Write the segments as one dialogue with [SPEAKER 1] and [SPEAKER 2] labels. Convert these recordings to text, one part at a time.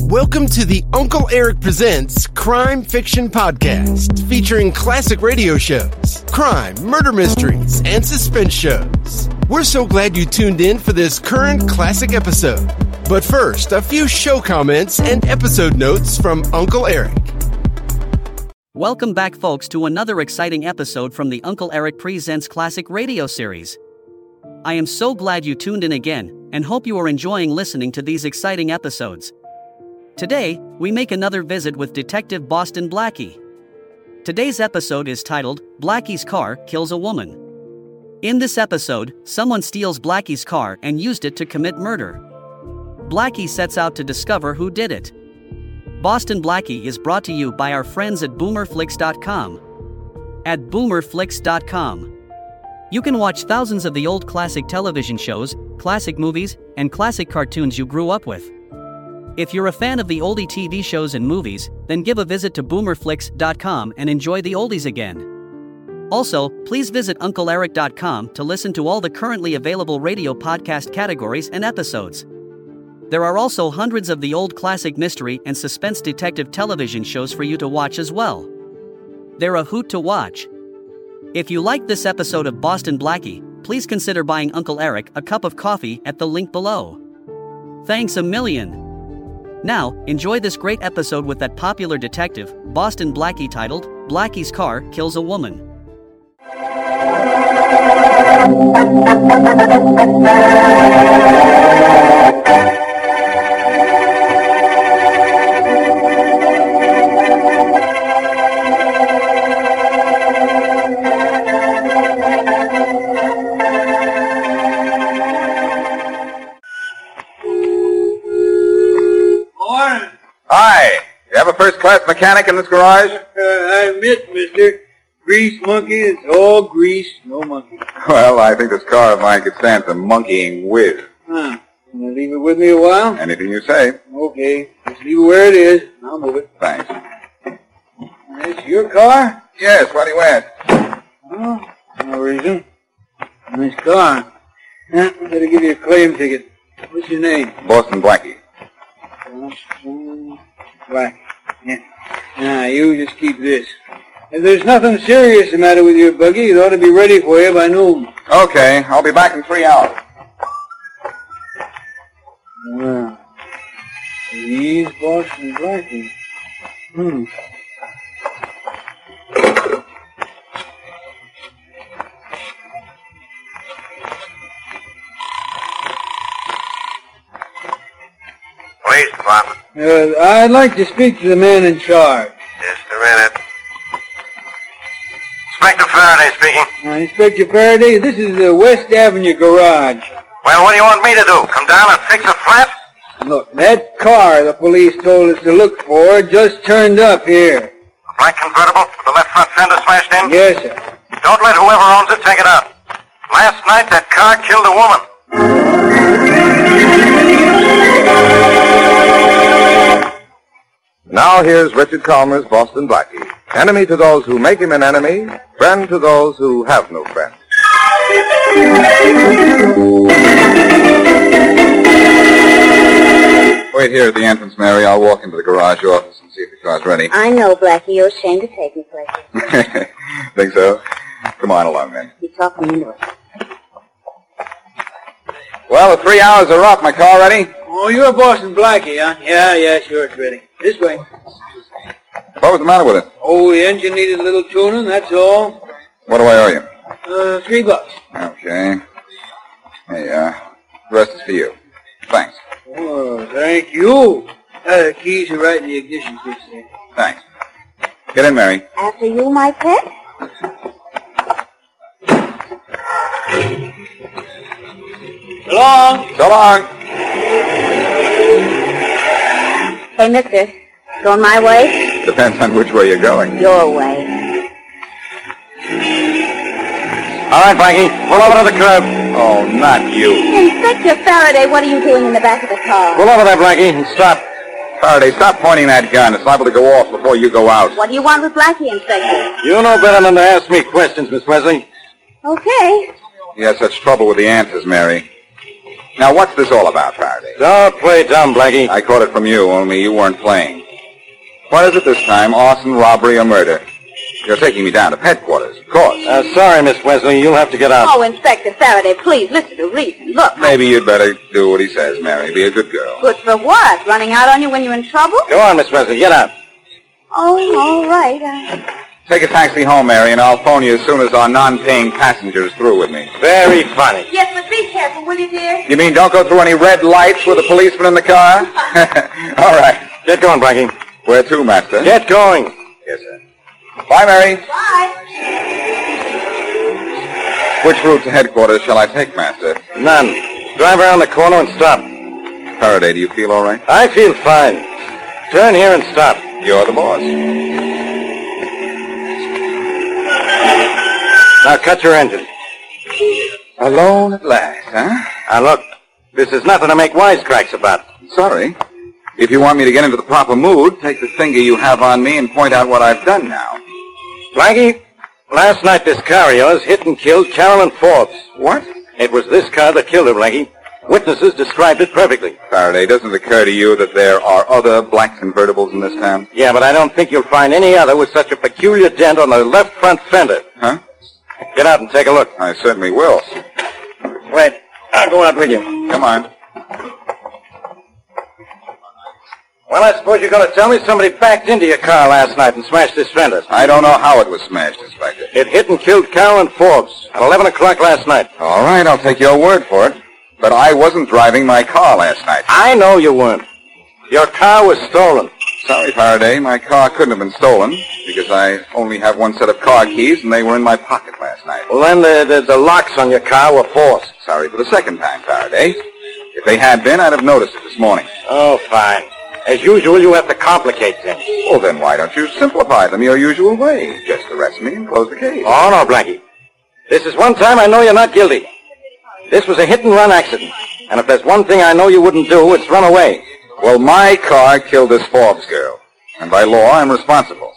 [SPEAKER 1] Welcome to the Uncle Eric Presents Crime Fiction Podcast, featuring classic radio shows, crime, murder mysteries, and suspense shows. We're so glad you tuned in for this current classic episode. But first, a few show comments and episode notes from Uncle Eric.
[SPEAKER 2] Welcome back, folks, to another exciting episode from the Uncle Eric Presents Classic Radio Series. I am so glad you tuned in again, and hope you are enjoying listening to these exciting episodes. Today, we make another visit with Detective Boston Blackie. Today's episode is titled Blackie's Car Kills a Woman. In this episode, someone steals Blackie's car and used it to commit murder. Blackie sets out to discover who did it. Boston Blackie is brought to you by our friends at boomerflix.com. At boomerflix.com, you can watch thousands of the old classic television shows, classic movies, and classic cartoons you grew up with. If you're a fan of the oldie TV shows and movies, then give a visit to boomerflix.com and enjoy the oldies again. Also, please visit uncleeric.com to listen to all the currently available radio podcast categories and episodes. There are also hundreds of the old classic mystery and suspense detective television shows for you to watch as well. They're a hoot to watch. If you liked this episode of Boston Blackie, please consider buying Uncle Eric a cup of coffee at the link below. Thanks a million. Now, enjoy this great episode with that popular detective, Boston Blackie, titled Blackie's Car Kills a Woman.
[SPEAKER 3] Morning.
[SPEAKER 4] Hi. You have a first-class mechanic in this garage?
[SPEAKER 3] Uh, I admit, Mr. Grease Monkey is all grease, no monkey.
[SPEAKER 4] Well, I think this car of mine could stand some monkeying with.
[SPEAKER 3] Huh. Can you leave it with me a while?
[SPEAKER 4] Anything you say.
[SPEAKER 3] Okay. Just leave it where it is. and I'll move it.
[SPEAKER 4] Thanks.
[SPEAKER 3] That's your car?
[SPEAKER 4] Yes, why do you ask?
[SPEAKER 3] Oh, no reason. Nice car. Huh, better give you a claim ticket. What's your name?
[SPEAKER 4] Boston Blackie.
[SPEAKER 3] Johnson Black. Mm, Yeah. Now, you just keep this. If there's nothing serious the matter with your buggy, it ought to be ready for you by noon.
[SPEAKER 4] Okay, I'll be back in three hours.
[SPEAKER 3] Wow. He's Boston Blackie. Hmm.
[SPEAKER 5] Police Department.
[SPEAKER 3] Uh, I'd like to speak to the man in charge.
[SPEAKER 5] Just a minute. Inspector Faraday speaking.
[SPEAKER 3] Uh, Inspector Faraday, this is the West Avenue garage.
[SPEAKER 5] Well, what do you want me to do? Come down and fix a flat?
[SPEAKER 3] Look, that car the police told us to look for just turned up here.
[SPEAKER 5] A black convertible with the left front fender smashed in?
[SPEAKER 3] Yes, sir.
[SPEAKER 5] Don't let whoever owns it take it out. Last night that car killed a woman.
[SPEAKER 4] Now here's Richard Calmer's Boston Blackie. Enemy to those who make him an enemy, friend to those who have no friend. Wait here at the entrance, Mary. I'll walk into the garage office and see if the car's ready.
[SPEAKER 6] I know, Blackie. You're ashamed to take me places.
[SPEAKER 4] Think so? Come on along, then.
[SPEAKER 6] You talk me into it.
[SPEAKER 4] Well, the three hours are up. My car ready?
[SPEAKER 3] Oh, you're Boston Blackie, huh? Yeah, yeah, sure, it's ready. This way.
[SPEAKER 4] What was the matter with it?
[SPEAKER 3] Oh, the engine needed a little tuning, that's all.
[SPEAKER 4] What do I owe you?
[SPEAKER 3] Uh, three bucks.
[SPEAKER 4] Okay. Hey, uh, the rest is for you. Thanks.
[SPEAKER 3] Oh, thank you. Uh, the keys are right in the ignition case there.
[SPEAKER 4] Thanks. Get in, Mary.
[SPEAKER 6] After you, my pet?
[SPEAKER 3] Long.
[SPEAKER 4] So long.
[SPEAKER 6] Hey, mister. Going my way?
[SPEAKER 4] Depends on which way you're going.
[SPEAKER 6] Your way.
[SPEAKER 4] All right, Blackie. Pull over to the curb. Oh, not you.
[SPEAKER 6] Inspector Faraday, what are you doing in the back of the car?
[SPEAKER 4] over there, Blackie, and stop. Faraday, stop pointing that gun. It's liable to go off before you go out.
[SPEAKER 6] What do you want with Blackie, Inspector?
[SPEAKER 4] You know better than to ask me questions, Miss Wesley.
[SPEAKER 6] Okay.
[SPEAKER 4] He has such trouble with the answers, Mary. Now, what's this all about, Faraday?
[SPEAKER 5] Don't play dumb, Blackie.
[SPEAKER 4] I caught it from you, only you weren't playing. What is it this time? Arson, robbery, or murder? You're taking me down to headquarters, of course.
[SPEAKER 5] Uh, sorry, Miss Wesley. You'll have to get out.
[SPEAKER 7] Oh, Inspector Faraday, please listen to reason. Look,
[SPEAKER 4] Maybe you'd better do what he says, Mary. Be a good girl.
[SPEAKER 7] good for what? Running out on you when you're in trouble?
[SPEAKER 5] Go on, Miss Wesley. Get out.
[SPEAKER 7] Oh, all right.
[SPEAKER 6] uh,
[SPEAKER 7] I...
[SPEAKER 4] Take a taxi home, Mary, and I'll phone you as soon as our non-paying passenger is through with me.
[SPEAKER 5] Very funny.
[SPEAKER 7] Yes, but be careful, will you, dear?
[SPEAKER 4] You mean don't go through any red lights with a policeman in the car? all right.
[SPEAKER 5] Get going, Blackie.
[SPEAKER 4] Where to, Master?
[SPEAKER 5] Get going.
[SPEAKER 4] Yes, sir. Bye, Mary.
[SPEAKER 7] Bye.
[SPEAKER 4] Which route to headquarters shall I take, Master?
[SPEAKER 5] None. Drive around the corner and stop.
[SPEAKER 4] Faraday, do you feel all right?
[SPEAKER 5] I feel fine. Turn here and stop.
[SPEAKER 4] You're the boss.
[SPEAKER 5] Now cut your engine.
[SPEAKER 4] Alone at last, huh?
[SPEAKER 5] Now look, this is nothing to make wisecracks about.
[SPEAKER 4] Sorry. If you want me to get into the proper mood, take the finger you have on me and point out what I've done now.
[SPEAKER 5] Blackie, last night this car of yours hit and killed Carolyn Forbes.
[SPEAKER 4] What?
[SPEAKER 5] It was this car that killed her, Blackie. Witnesses described it perfectly.
[SPEAKER 4] Faraday, doesn't it occur to you that there are other black convertibles in this town?
[SPEAKER 5] Yeah, but I don't think you'll find any other with such a peculiar dent on the left front fender.
[SPEAKER 4] Huh?
[SPEAKER 5] Get out and take a look.
[SPEAKER 4] I certainly will.
[SPEAKER 5] Wait, I'll go out with you.
[SPEAKER 4] Come on.
[SPEAKER 5] Well, I suppose you're going to tell me somebody backed into your car last night and smashed this fender.
[SPEAKER 4] I don't know how it was smashed, Inspector.
[SPEAKER 5] It hit and killed Carolyn Forbes at 11 o'clock last night.
[SPEAKER 4] All right, I'll take your word for it. But I wasn't driving my car last night.
[SPEAKER 5] I know you weren't. Your car was stolen.
[SPEAKER 4] Sorry, Faraday, my car couldn't have been stolen because I only have one set of car keys and they were in my pocket last night.
[SPEAKER 5] Well, then the, the, the locks on your car were forced.
[SPEAKER 4] Sorry for the second time, Faraday. If they had been, I'd have noticed it this morning.
[SPEAKER 5] Oh, fine. As usual, you have to complicate things.
[SPEAKER 4] Well, then why don't you simplify them your usual way? Just arrest me and close the case.
[SPEAKER 5] Oh, no, Blackie. This is one time I know you're not guilty. This was a hit-and-run accident. And if there's one thing I know you wouldn't do, it's run away.
[SPEAKER 4] Well, my car killed this Forbes girl, and by law, I'm responsible.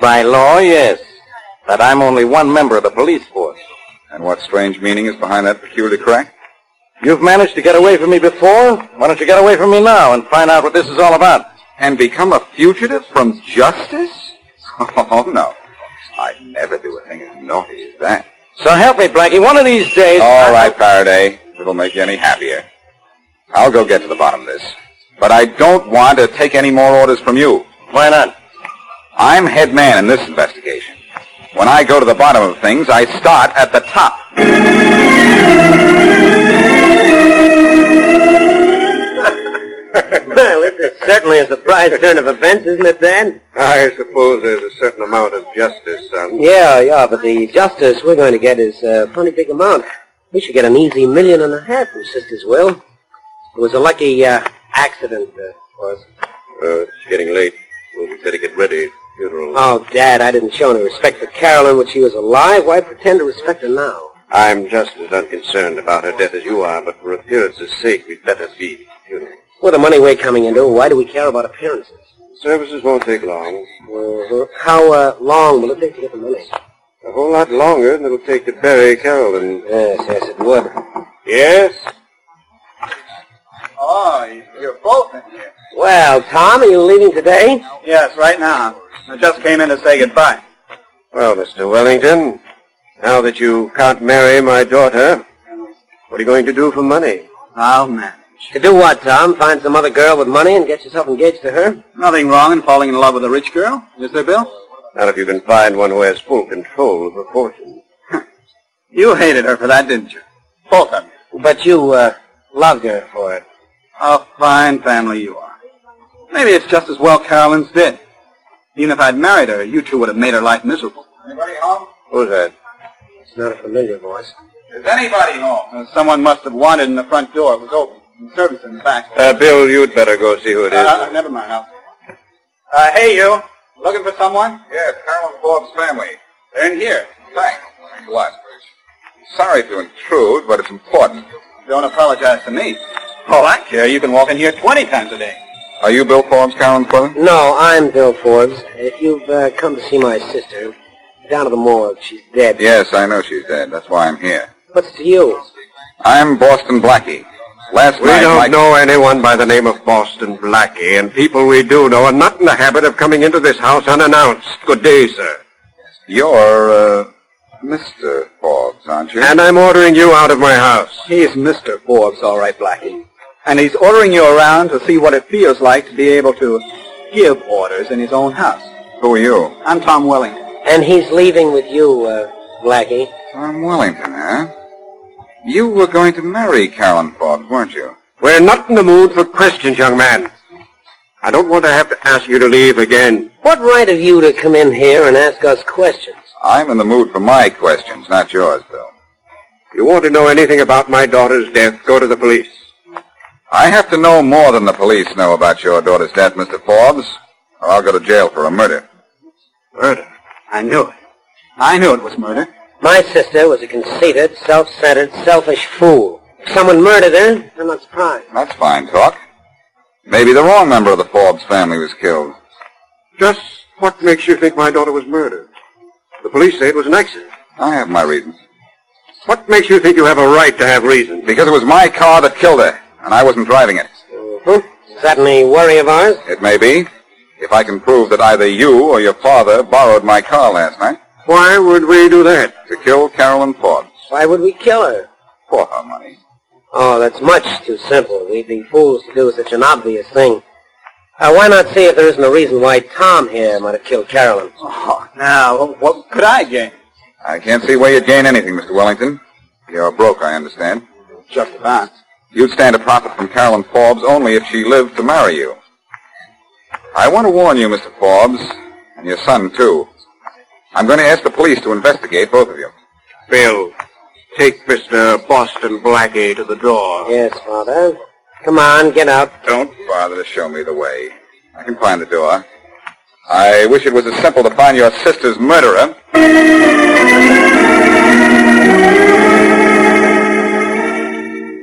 [SPEAKER 5] By law, yes. But I'm only one member of the police force.
[SPEAKER 4] And what strange meaning is behind that peculiar crack?
[SPEAKER 5] You've managed to get away from me before. Why don't you get away from me now and find out what this is all about?
[SPEAKER 4] And become a fugitive from justice? Oh, no. I'd never do a thing as naughty as that.
[SPEAKER 5] So help me, Blackie. One of these days...
[SPEAKER 4] All right, Faraday. If it'll make you any happier. I'll go get to the bottom of this. But I don't want to take any more orders from you.
[SPEAKER 5] Why not?
[SPEAKER 4] I'm head man in this investigation. When I go to the bottom of things, I start at the top.
[SPEAKER 8] Well, this is certainly a surprise turn of events, isn't it, Dan?
[SPEAKER 4] I suppose there's a certain amount of justice, son.
[SPEAKER 8] Yeah, yeah, but the justice we're going to get is a pretty big amount. We should get an easy million and a half from Sisters Will. It was a lucky uh, accident, uh, was.
[SPEAKER 4] Uh, it's getting late. We'll better get ready. Funeral.
[SPEAKER 8] Oh, Dad, I didn't show any respect for Carolyn when she was alive. Why pretend to respect her now?
[SPEAKER 4] I'm just as unconcerned about her death as you are, but for appearances' sake, we'd better be funeral.
[SPEAKER 8] With the money we're coming into, why do we care about appearances?
[SPEAKER 4] Services won't take long.
[SPEAKER 8] Well, how uh, long will it take to get the money?
[SPEAKER 4] A whole lot longer than it'll take to bury Carolyn.
[SPEAKER 8] Yes, yes, it would.
[SPEAKER 4] Yes?
[SPEAKER 3] Ah,
[SPEAKER 4] Oh, you're both in here.
[SPEAKER 8] Well, Tom, are you leaving today?
[SPEAKER 4] Yes, right now. I just came in to say goodbye. Well, Mr. Wellington, now that you can't marry my daughter, what are you going to do for money?
[SPEAKER 8] I'll manage. To do what, Tom? Find some other girl with money and get yourself engaged to her?
[SPEAKER 4] Nothing wrong in falling in love with a rich girl, is there, Bill? Not if you can find one who has full control of her fortune. you hated her for that, didn't you? Both of you.
[SPEAKER 8] But you, uh, loved her for it.
[SPEAKER 4] A Oh, fine family you are. Maybe it's just as well Carolyn's dead. Even if I'd married her, you two would have made her life miserable. Anybody home? Who's that?
[SPEAKER 8] It's not a familiar voice.
[SPEAKER 4] Is anybody home? someone must have wandered in the front door. It was open. The servants in the back. Uh, Bill, you'd better go see who it is. Uh, never mind. I'll... Uh, hey, you. Looking for someone? Yes, Carolyn Forbes' family. They're in here. Thanks. Thanks a lot. Sorry to intrude, but it's important. Don't apologize to me. All I care, you can walk in here 20 times a day. Are you Bill Forbes, Carolyn's brother?
[SPEAKER 8] No, I'm Bill Forbes. If you've uh, come to see my sister, down to the morgue, she's dead.
[SPEAKER 4] Yes, I know she's dead. That's why I'm here.
[SPEAKER 8] What's to you?
[SPEAKER 4] I'm Boston Blackie,
[SPEAKER 5] Last
[SPEAKER 9] We
[SPEAKER 5] night,
[SPEAKER 9] don't
[SPEAKER 5] Mike-
[SPEAKER 9] know anyone by the name of Boston Blackie, and people we do know are not in the habit of coming into this house unannounced. Good day, sir.
[SPEAKER 4] You're, uh, Mr. Forbes, aren't you?
[SPEAKER 9] And I'm ordering you out of my house.
[SPEAKER 4] He's Mr. Forbes, all right, Blackie. And he's ordering you around to see what it feels like to be able to give orders in his own house.
[SPEAKER 9] Who are you?
[SPEAKER 4] I'm Tom Wellington.
[SPEAKER 8] And he's leaving with you, uh, Blackie.
[SPEAKER 4] Tom Wellington, huh? You were going to marry Carolyn Forbes, weren't you?
[SPEAKER 9] We're not in the mood for questions, young man. I don't want to have to ask you to leave again.
[SPEAKER 8] What right have you to come in here and ask us questions?
[SPEAKER 4] I'm in the mood for my questions, not yours, Bill.
[SPEAKER 9] If you want to know anything about my daughter's death, go to the police.
[SPEAKER 4] I have to know more than the police know about your daughter's death, Mr. Forbes, or I'll go to jail for a murder.
[SPEAKER 9] Murder.
[SPEAKER 4] I knew it. I knew it was murder.
[SPEAKER 8] My sister was a conceited, self-centered, selfish fool. If someone murdered her, I'm not surprised.
[SPEAKER 4] That's fine talk. Maybe the wrong member of the Forbes family was killed.
[SPEAKER 9] Just what makes you think my daughter was murdered? The police say it was an accident.
[SPEAKER 4] I have my reasons.
[SPEAKER 9] What makes you think you have a right to have reason?
[SPEAKER 4] Because it was my car that killed her, and I wasn't driving it.
[SPEAKER 8] hmm Is that any worry of ours?
[SPEAKER 4] It may be, if I can prove that either you or your father borrowed my car last night
[SPEAKER 9] Why would we do that?
[SPEAKER 4] to kill Carolyn Forbes
[SPEAKER 8] Why would we kill her?
[SPEAKER 4] for her money.
[SPEAKER 8] Oh, that's much too simple. We'd be fools to do such an obvious thing. Uh, why not see if there isn't a reason why Tom here might have killed Carolyn?
[SPEAKER 4] Oh, now, what could I gain? I can't see where you'd gain anything, Mr. Wellington. You're broke, I understand. Just about. You'd stand to profit from Carolyn Forbes only if she lived to marry you. I want to warn you, Mr. Forbes, and your son, too. I'm going to ask the police to investigate both of you.
[SPEAKER 9] Bill, take Mr. Boston Blackie to the door.
[SPEAKER 8] Yes, Father. Come on, get out.
[SPEAKER 4] Don't bother to show me the way. I can find the door. I wish it was as simple to find your sister's murderer.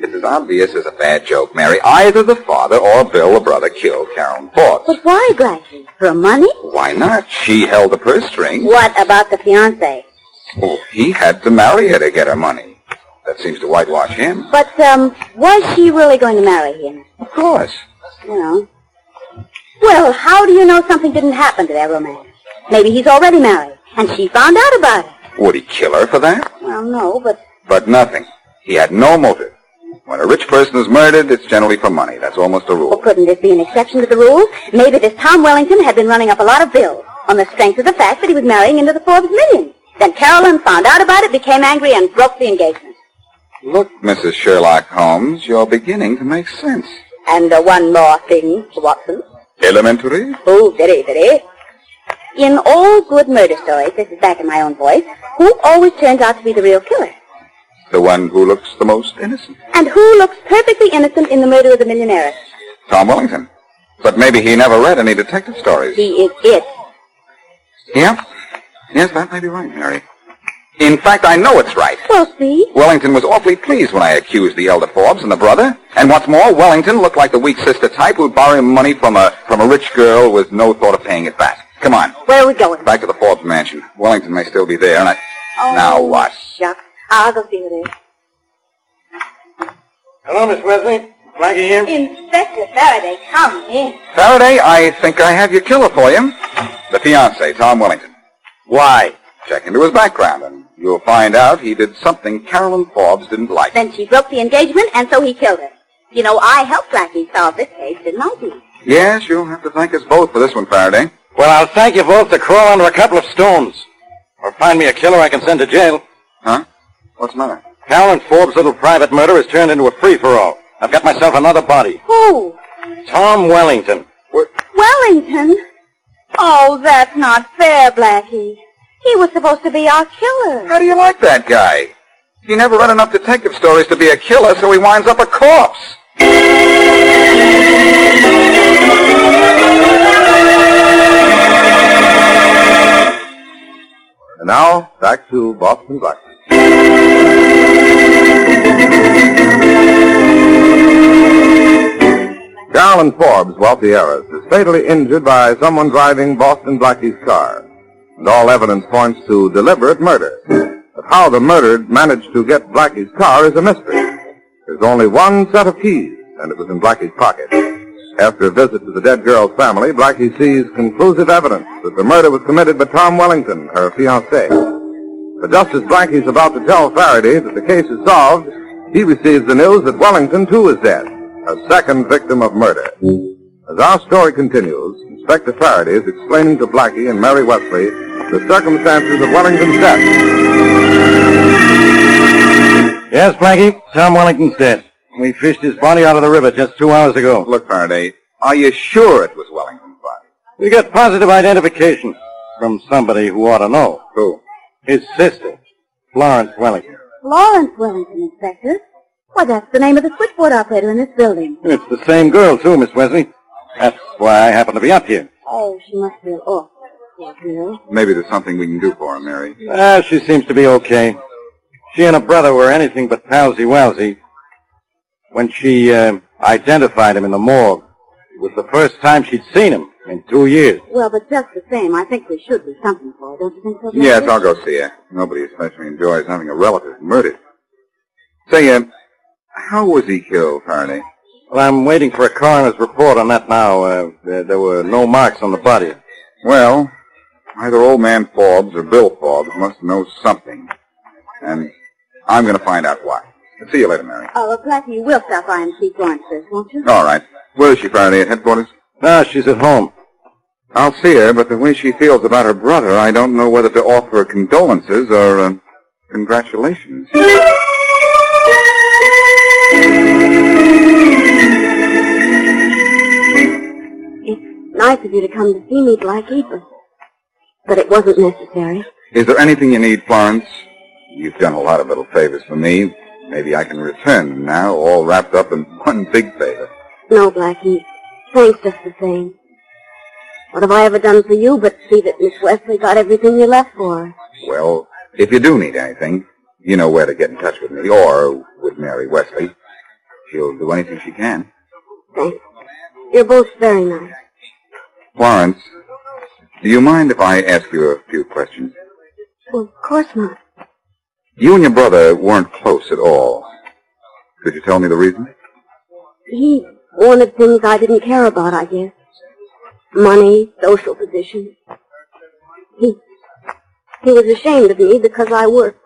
[SPEAKER 4] It's as obvious as a bad joke, Mary. Either the father or Bill, the brother, killed Karen Ford.
[SPEAKER 7] But why, Blackie? For money?
[SPEAKER 4] Why not? She held the purse string.
[SPEAKER 7] What about the fiance?
[SPEAKER 4] Oh, he had to marry her to get her money. That seems to whitewash him.
[SPEAKER 7] But, um, was she really going to marry him?
[SPEAKER 4] Of course.
[SPEAKER 7] No. Well, how do you know something didn't happen to that romance? Maybe he's already married, and she found out about it.
[SPEAKER 4] Would he kill her for that?
[SPEAKER 7] Well, no, but
[SPEAKER 4] But nothing. He had no motive. When a rich person is murdered, it's generally for money. That's almost a
[SPEAKER 7] well,
[SPEAKER 4] rule.
[SPEAKER 7] couldn't this be an exception to the rule? Maybe this Tom Wellington had been running up a lot of bills on the strength of the fact that he was marrying into the Forbes millions. Then Carolyn found out about it, became angry, and broke the engagement.
[SPEAKER 4] Look, Mrs. Sherlock Holmes, you're beginning to make sense.
[SPEAKER 7] And uh, one more thing, Watson.
[SPEAKER 4] Elementary?
[SPEAKER 7] Oh, very, very. In all good murder stories, this is back in my own voice, who always turns out to be the real killer?
[SPEAKER 4] The one who looks the most innocent.
[SPEAKER 7] And who looks perfectly innocent in the murder of the millionaire?
[SPEAKER 4] Tom Wellington. But maybe he never read any detective stories.
[SPEAKER 7] He is it.
[SPEAKER 4] Yep. Yes, that may be right, Mary. In fact, I know it's right.
[SPEAKER 7] Well, see?
[SPEAKER 4] Wellington was awfully pleased when I accused the elder Forbes and the brother. And what's more, Wellington looked like the weak sister type who'd borrow money from a from a rich girl with no thought of paying it back. Come on.
[SPEAKER 7] Where are we going?
[SPEAKER 4] Back to the Forbes mansion. Wellington may still be there, and I...
[SPEAKER 7] Oh,
[SPEAKER 4] now what?
[SPEAKER 7] Shucks. I'll go see who it is.
[SPEAKER 5] Hello, Miss Wesley. Blackie here.
[SPEAKER 7] Inspector Faraday, come in.
[SPEAKER 4] Faraday, I think I have your killer for you. The fiancé, Tom Wellington.
[SPEAKER 5] Why?
[SPEAKER 4] Check into his background, and you'll find out he did something Carolyn Forbes didn't like.
[SPEAKER 7] Then she broke the engagement, and so he killed her. You know, I helped Blackie solve this case, didn't I, Dee?
[SPEAKER 4] Yes, you'll have to thank us both for this one, Faraday.
[SPEAKER 5] Well, I'll thank you both to crawl under a couple of stones. Or find me a killer I can send to jail.
[SPEAKER 4] Huh? What's the matter?
[SPEAKER 5] Carolyn Forbes' little private murder has turned into a free-for-all. I've got myself another body.
[SPEAKER 7] Who?
[SPEAKER 5] Tom Wellington.
[SPEAKER 7] Wellington? Oh, that's not fair, Blackie. He was supposed to be our killer.
[SPEAKER 4] How do you like that guy? He never read enough detective stories to be a killer, so he winds up a corpse. And now, back to Boston Black. Garland Forbes, wealthy heiress, is fatally injured by someone driving Boston Blackie's car. And all evidence points to deliberate murder. But how the murdered managed to get Blackie's car is a mystery. There's only one set of keys, and it was in Blackie's pocket. After a visit to the dead girl's family, Blackie sees conclusive evidence that the murder was committed by Tom Wellington, her fiancé. But just as Blackie's about to tell Faraday that the case is solved, he receives the news that Wellington, too, is dead, a second victim of murder. As our story continues, Inspector Faraday is explaining to Blackie and Mary Wesley the circumstances of Wellington's death.
[SPEAKER 5] Yes, Blackie, Tom Wellington's dead. We fished his body out of the river just two hours ago.
[SPEAKER 4] Look, Faraday, are you sure it was Wellington's body?
[SPEAKER 5] We got positive identification from somebody who ought to know.
[SPEAKER 4] Who?
[SPEAKER 5] His sister, Florence Wellington.
[SPEAKER 6] Lawrence Wellington, Inspector. Why, that's the name of the switchboard operator in this building.
[SPEAKER 5] It's the same girl, too, Miss Wesley. That's why I happen to be up here.
[SPEAKER 6] Oh, she must feel awful, poor girl.
[SPEAKER 4] Maybe there's something we can do for him, Mary.
[SPEAKER 5] Ah, she seems to be okay. She and her brother were anything but palsy-walsy. When she uh, identified him in the morgue, it was the first time she'd seen him in two years.
[SPEAKER 6] Well, but just the same, I think we should do something for her, don't you think so? Blackie?
[SPEAKER 4] Yes, I'll go see her. Nobody especially enjoys having a relative murdered. Say, uh, how was he killed, Faraday?
[SPEAKER 5] Well, I'm waiting for a coroner's report on that now. Uh, there, there were no marks on the body.
[SPEAKER 4] Well, either old man Forbes or Bill Forbes must know something. And I'm going to find out why. See you later, Mary.
[SPEAKER 6] Oh, well, Blackie, you will stop by and see Florence first, won't you?
[SPEAKER 4] All right. Where is she, Faraday? At headquarters?
[SPEAKER 5] No, Ah, she's at home.
[SPEAKER 4] I'll see her, but the way she feels about her brother, I don't know whether to offer her condolences or uh, congratulations.
[SPEAKER 6] It's nice of you to come to see me, Blackie, but, but it wasn't necessary.
[SPEAKER 4] Is there anything you need, Florence? You've done a lot of little favors for me. Maybe I can return them now, all wrapped up in one big favor.
[SPEAKER 6] No, Blackie, thanks just the same. What have I ever done for you but see that Miss Wesley got everything you left for her?
[SPEAKER 4] Well, if you do need anything, you know where to get in touch with me or with Mary Wesley. She'll do anything she can.
[SPEAKER 6] Thanks. You're both very nice.
[SPEAKER 4] Florence, do you mind if I ask you a few questions?
[SPEAKER 6] Well, of course not.
[SPEAKER 4] You and your brother weren't close at all. Could you tell me the reason?
[SPEAKER 6] He wanted things I didn't care about, I guess. Money, social position. He, he was ashamed of me because I worked.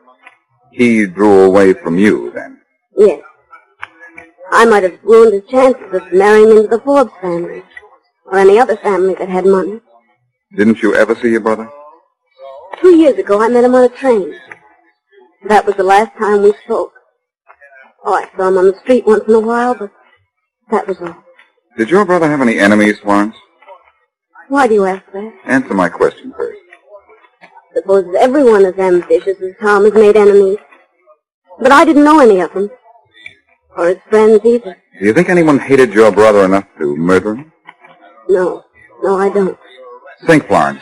[SPEAKER 4] He drew away from you then.
[SPEAKER 6] Yes. I might have ruined his chances of marrying into the Forbes family, or any other family that had money.
[SPEAKER 4] Didn't you ever see your brother?
[SPEAKER 6] Two years ago, I met him on a train. That was the last time we spoke. Oh, I saw him on the street once in a while, but that was all.
[SPEAKER 4] Did your brother have any enemies, Florence?
[SPEAKER 6] Why do you ask that?
[SPEAKER 4] Answer my question first.
[SPEAKER 6] Supposes everyone is ambitious as Tom has made enemies. But I didn't know any of them. Or his friends either.
[SPEAKER 4] Do you think anyone hated your brother enough to murder him?
[SPEAKER 6] No. No, I don't.
[SPEAKER 4] Think, Florence.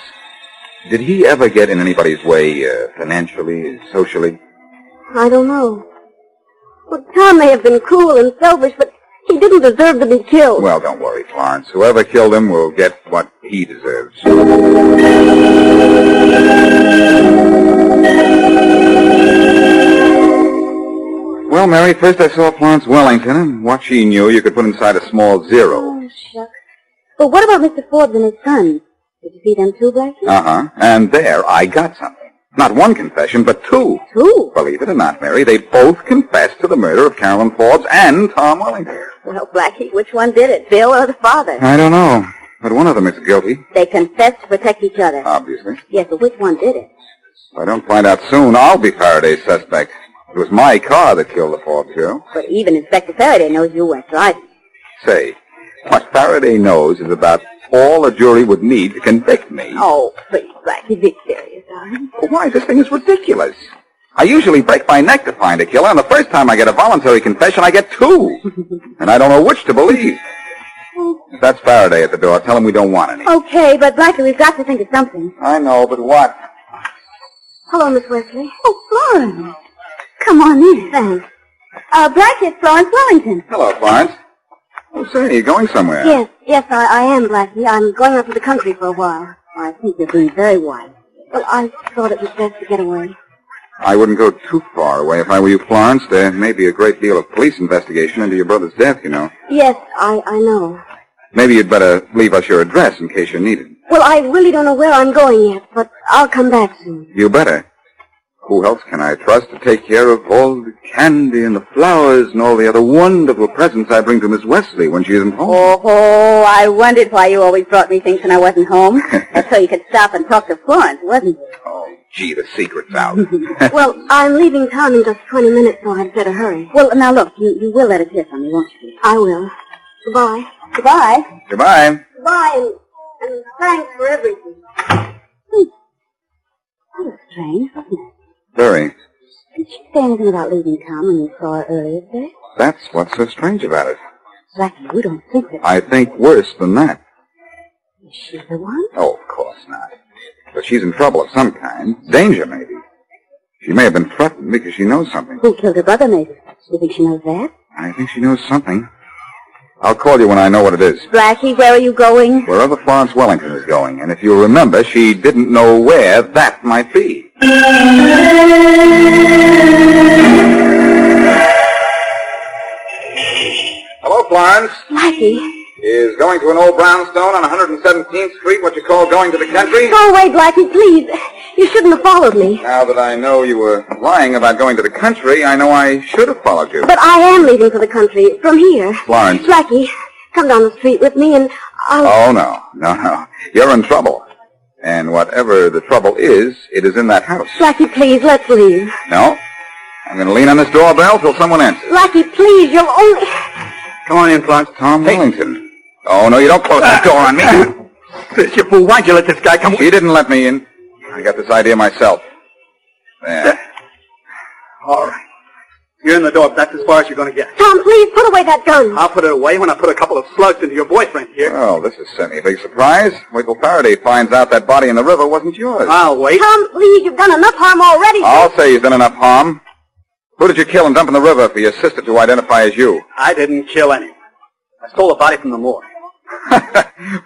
[SPEAKER 4] Did he ever get in anybody's way, uh, financially, socially?
[SPEAKER 6] I don't know. Well, Tom may have been cruel and selfish, but he didn't deserve to be killed.
[SPEAKER 4] Well, don't worry, Florence. Whoever killed him will get what he deserves. Well, Mary, first I saw Florence Wellington, and what she knew you could put inside a small zero.
[SPEAKER 6] Oh, shucks. But what about Mr. Forbes and his son? Did you see them too, Blackie?
[SPEAKER 4] Uh-huh. And there I got something. Not one confession, but two.
[SPEAKER 6] Two?
[SPEAKER 4] Believe it or not, Mary, they both confessed to the murder of Carolyn Forbes and Tom Wellington.
[SPEAKER 6] Well, Blackie, which one did it, Bill or the father?
[SPEAKER 4] I don't know, but one of them is guilty,
[SPEAKER 6] They confessed to protect each other.
[SPEAKER 4] obviously.
[SPEAKER 6] yes, but which one did it?
[SPEAKER 4] If I don't find out soon, I'll be Faraday's suspect. It was my car that killed the Forbes girl.
[SPEAKER 6] But even Inspector Faraday knows you weren't driving.
[SPEAKER 4] Say, what Faraday knows is about all a jury would need to convict me.
[SPEAKER 6] Oh, please, Blackie, be serious, darling.
[SPEAKER 4] Why, this thing is ridiculous. I usually break my neck to find a killer, and the first time I get a voluntary confession, I get two. and I don't know which to believe. If that's Faraday at the door, tell him we don't want any.
[SPEAKER 6] Okay, but Blackie, we've got to think of something.
[SPEAKER 4] I know, but what?
[SPEAKER 6] Hello, Miss Wesley. Oh, Florence. Come on in. Thanks. Uh, Blackie, it's Florence Wellington.
[SPEAKER 4] Hello, Florence. Oh, say, you're going somewhere.
[SPEAKER 6] Yes, yes, I, I am, Blackie. I'm going out to the country for a while. I think you're being very wise. Well, I thought it was best to get away.
[SPEAKER 4] I wouldn't go too far away if I were you, Florence. There may be a great deal of police investigation into your brother's death, you know.
[SPEAKER 6] Yes, I, I know.
[SPEAKER 4] Maybe you'd better leave us your address in case you're needed.
[SPEAKER 6] Well, I really don't know where I'm going yet, but I'll come back soon.
[SPEAKER 4] You better. Who else can I trust to take care of all the candy and the flowers and all the other wonderful presents I bring to Miss Wesley when she isn't home?
[SPEAKER 7] Oh, I wondered why you always brought me things when I wasn't home. That's so you could stop and talk to Florence, wasn't it?
[SPEAKER 4] Gee, the secret's out.
[SPEAKER 6] well, I'm leaving town in just 20 minutes, so I'd better hurry.
[SPEAKER 7] Well, now look, you, you will let us hear from me, won't you?
[SPEAKER 6] I will. Goodbye.
[SPEAKER 7] Goodbye.
[SPEAKER 4] Goodbye.
[SPEAKER 6] Goodbye, and, and thanks for everything.
[SPEAKER 7] Strange. wasn't it?
[SPEAKER 4] Very.
[SPEAKER 7] Did she say anything about leaving town when you saw her earlier today?
[SPEAKER 4] That's what's so strange about it.
[SPEAKER 7] Blackie, you don't think that
[SPEAKER 4] I think worse than that.
[SPEAKER 7] she's the one?
[SPEAKER 4] Oh, of course not. But she's in trouble of some kind. Danger, maybe. She may have been threatened because she knows something.
[SPEAKER 7] Who killed her brother, maybe? You think she knows that?
[SPEAKER 4] I think she knows something. I'll call you when I know what it is.
[SPEAKER 7] Blackie, where are you going?
[SPEAKER 4] Wherever Florence Wellington is going, and if you remember, she didn't know where that might be. Hello, Florence.
[SPEAKER 6] Blackie,
[SPEAKER 4] Is going to an old brownstone on 117th Street what you call going to the country?
[SPEAKER 6] go away, Blackie, please. You shouldn't have followed me.
[SPEAKER 4] Now that I know you were lying about going to the country, I know I should have followed you.
[SPEAKER 6] But I am leaving for the country from here.
[SPEAKER 4] Florence.
[SPEAKER 6] Blackie, come down the street with me, and I'll...
[SPEAKER 4] Oh, no, no, no. You're in trouble. And whatever the trouble is, it is in that house.
[SPEAKER 6] Blackie, please, let's leave.
[SPEAKER 4] No? I'm going to lean on this doorbell till someone answers.
[SPEAKER 6] Blackie, please, you'll only...
[SPEAKER 4] Come on in, Florence. Tom Wellington. Oh, no, you don't close that door on me. You fool, why'd you let this guy come? He didn't let me in. I got this idea myself. There.
[SPEAKER 10] All right. You're in the door. That's as far as you're going to get.
[SPEAKER 6] Tom, please, put away that gun.
[SPEAKER 10] I'll put it away when I put a couple of slugs into your boyfriend here.
[SPEAKER 4] Well, this has sent me a big surprise. Wait till Faraday finds out that body in the river wasn't yours.
[SPEAKER 10] I'll wait.
[SPEAKER 6] Tom, please, you've done enough harm already.
[SPEAKER 4] I'll say you've done enough harm. Who did you kill and dump in the river for your sister to identify as you?
[SPEAKER 10] I didn't kill anyone. I stole the body from the morgue.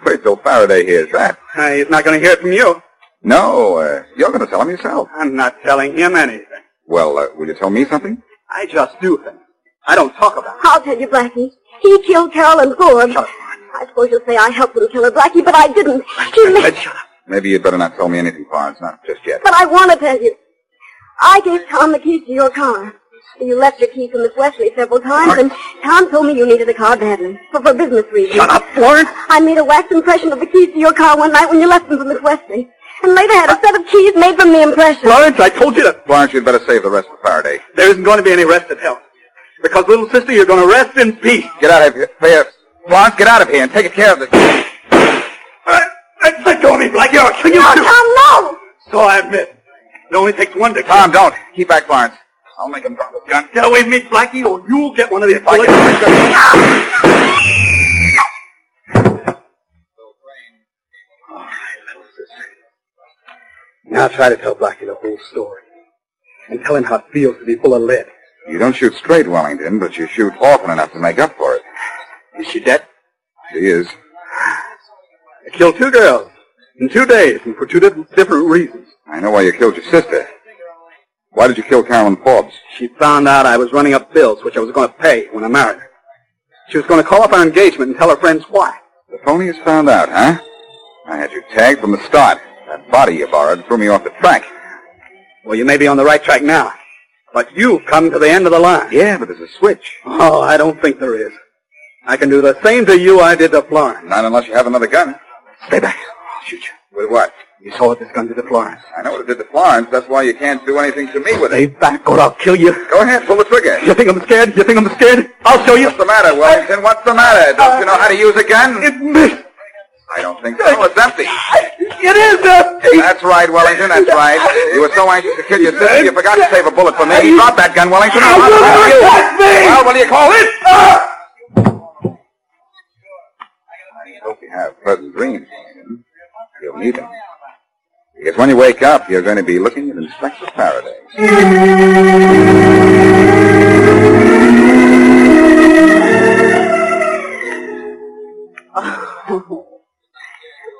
[SPEAKER 4] Wait till Faraday hears that.
[SPEAKER 10] Uh, he's not going to hear it from you.
[SPEAKER 4] No, uh, you're going to tell him yourself.
[SPEAKER 10] I'm not telling him anything.
[SPEAKER 4] Well, uh, will you tell me something?
[SPEAKER 10] I just do things. I don't talk about it.
[SPEAKER 6] I'll tell you, Blackie. He killed Carolyn Ford.
[SPEAKER 10] Shut up.
[SPEAKER 6] I suppose you'll say I helped him kill her, Blackie, but I didn't. He ma-
[SPEAKER 10] Let's shut up.
[SPEAKER 4] Maybe you'd better not tell me anything, Florence. Not just yet.
[SPEAKER 6] But I want to tell you. I gave Tom the keys to your car. You left your keys to Miss Wesley several times, and Tom told me you needed the car badly, for, for business reasons.
[SPEAKER 10] Shut up, Florence.
[SPEAKER 6] I made a wax impression of the keys to your car one night when you left them for Miss Wesley, and later had a set of keys made from the impression.
[SPEAKER 10] Florence, I told you to.
[SPEAKER 4] Florence, you'd better save the rest for Faraday.
[SPEAKER 10] There isn't going to be any rest at hell. Because, little sister, you're going to rest in peace.
[SPEAKER 4] Get out of here. Fair. Florence, get out of here and take care of this.
[SPEAKER 10] Uh, uh, let go of me, Blackie, or I'll kill you
[SPEAKER 6] no,
[SPEAKER 10] too.
[SPEAKER 6] Tom, no!
[SPEAKER 10] So I admit. It only takes one to kill.
[SPEAKER 4] Tom, don't. Keep back, Florence. I'll make him drop his gun.
[SPEAKER 10] Get away from me, Blackie, or you'll get one of these
[SPEAKER 4] If I
[SPEAKER 10] bullets.
[SPEAKER 4] can-
[SPEAKER 10] Now try to tell Blackie the whole story. And tell him how it feels to be full of lead.
[SPEAKER 4] You don't shoot straight, Wellington, but you shoot often enough to make up for it.
[SPEAKER 10] Is she dead?
[SPEAKER 4] She is.
[SPEAKER 10] I killed two girls in two days and for two different, different reasons.
[SPEAKER 4] I know why you killed your sister. Why did you kill Carolyn Forbes?
[SPEAKER 10] She found out I was running up bills, which I was going to pay when I married her. She was going to call off our engagement and tell her friends why.
[SPEAKER 4] The phony has found out, huh? I had you tagged from the start. That body you borrowed threw me off the track.
[SPEAKER 10] Well, you may be on the right track now, but you've come to the end of the line.
[SPEAKER 4] Yeah, but there's a switch.
[SPEAKER 10] Oh, I don't think there is. I can do the same to you I did to Florence.
[SPEAKER 4] Not unless you have another gun.
[SPEAKER 10] Stay back. I'll shoot you.
[SPEAKER 4] With what?
[SPEAKER 10] You saw what this gun did to Florence.
[SPEAKER 4] I know what it did to Florence. That's why you can't do anything to me with
[SPEAKER 10] Stay
[SPEAKER 4] it.
[SPEAKER 10] back or I'll kill you.
[SPEAKER 4] Go ahead, pull the trigger.
[SPEAKER 10] You think I'm scared? You think I'm scared? I'll show you.
[SPEAKER 4] What's the matter, Wellington? What's the matter? Don't you know how to use a gun?
[SPEAKER 10] It missed.
[SPEAKER 4] I don't think so. It's empty.
[SPEAKER 10] It is uh, empty.
[SPEAKER 4] That's right, Wellington. That's right. You were so anxious to kill your sister, you forgot to save a bullet for me. You dropped that gun, Wellington.
[SPEAKER 10] I wouldn't
[SPEAKER 4] You.
[SPEAKER 10] have me.
[SPEAKER 4] Well, what do you call it? I hope you have pleasant dreams. Wellington. You'll need them. Because when you wake up, you're going to be looking at Inspector Faraday.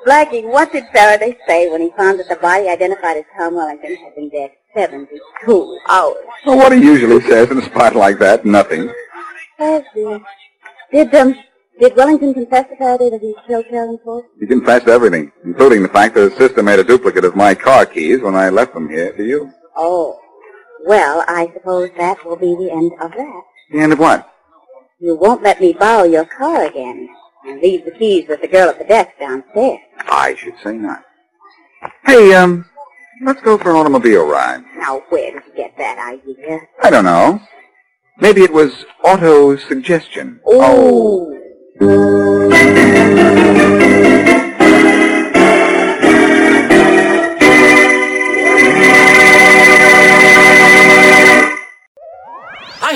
[SPEAKER 7] Blackie, what did Faraday say when he found that the body identified as Tom Wellington had been dead? Seventy-two hours.
[SPEAKER 4] Well, what he usually says in a spot like that, nothing.
[SPEAKER 7] Has he? Did, um, did Wellington confess the Saturday that he killed Carolyn Ford?
[SPEAKER 4] He confessed everything, including the fact that his sister made a duplicate of my car keys when I left them here to you.
[SPEAKER 7] Oh. Well, I suppose that will be the end of that.
[SPEAKER 4] The end of what?
[SPEAKER 7] You won't let me borrow your car again and leave the keys with the girl at the desk downstairs.
[SPEAKER 4] I should say not. Hey, um, let's go for an automobile ride.
[SPEAKER 7] Now, where did you get that idea?
[SPEAKER 4] I don't know. Maybe it was auto suggestion.
[SPEAKER 7] Oh.
[SPEAKER 1] I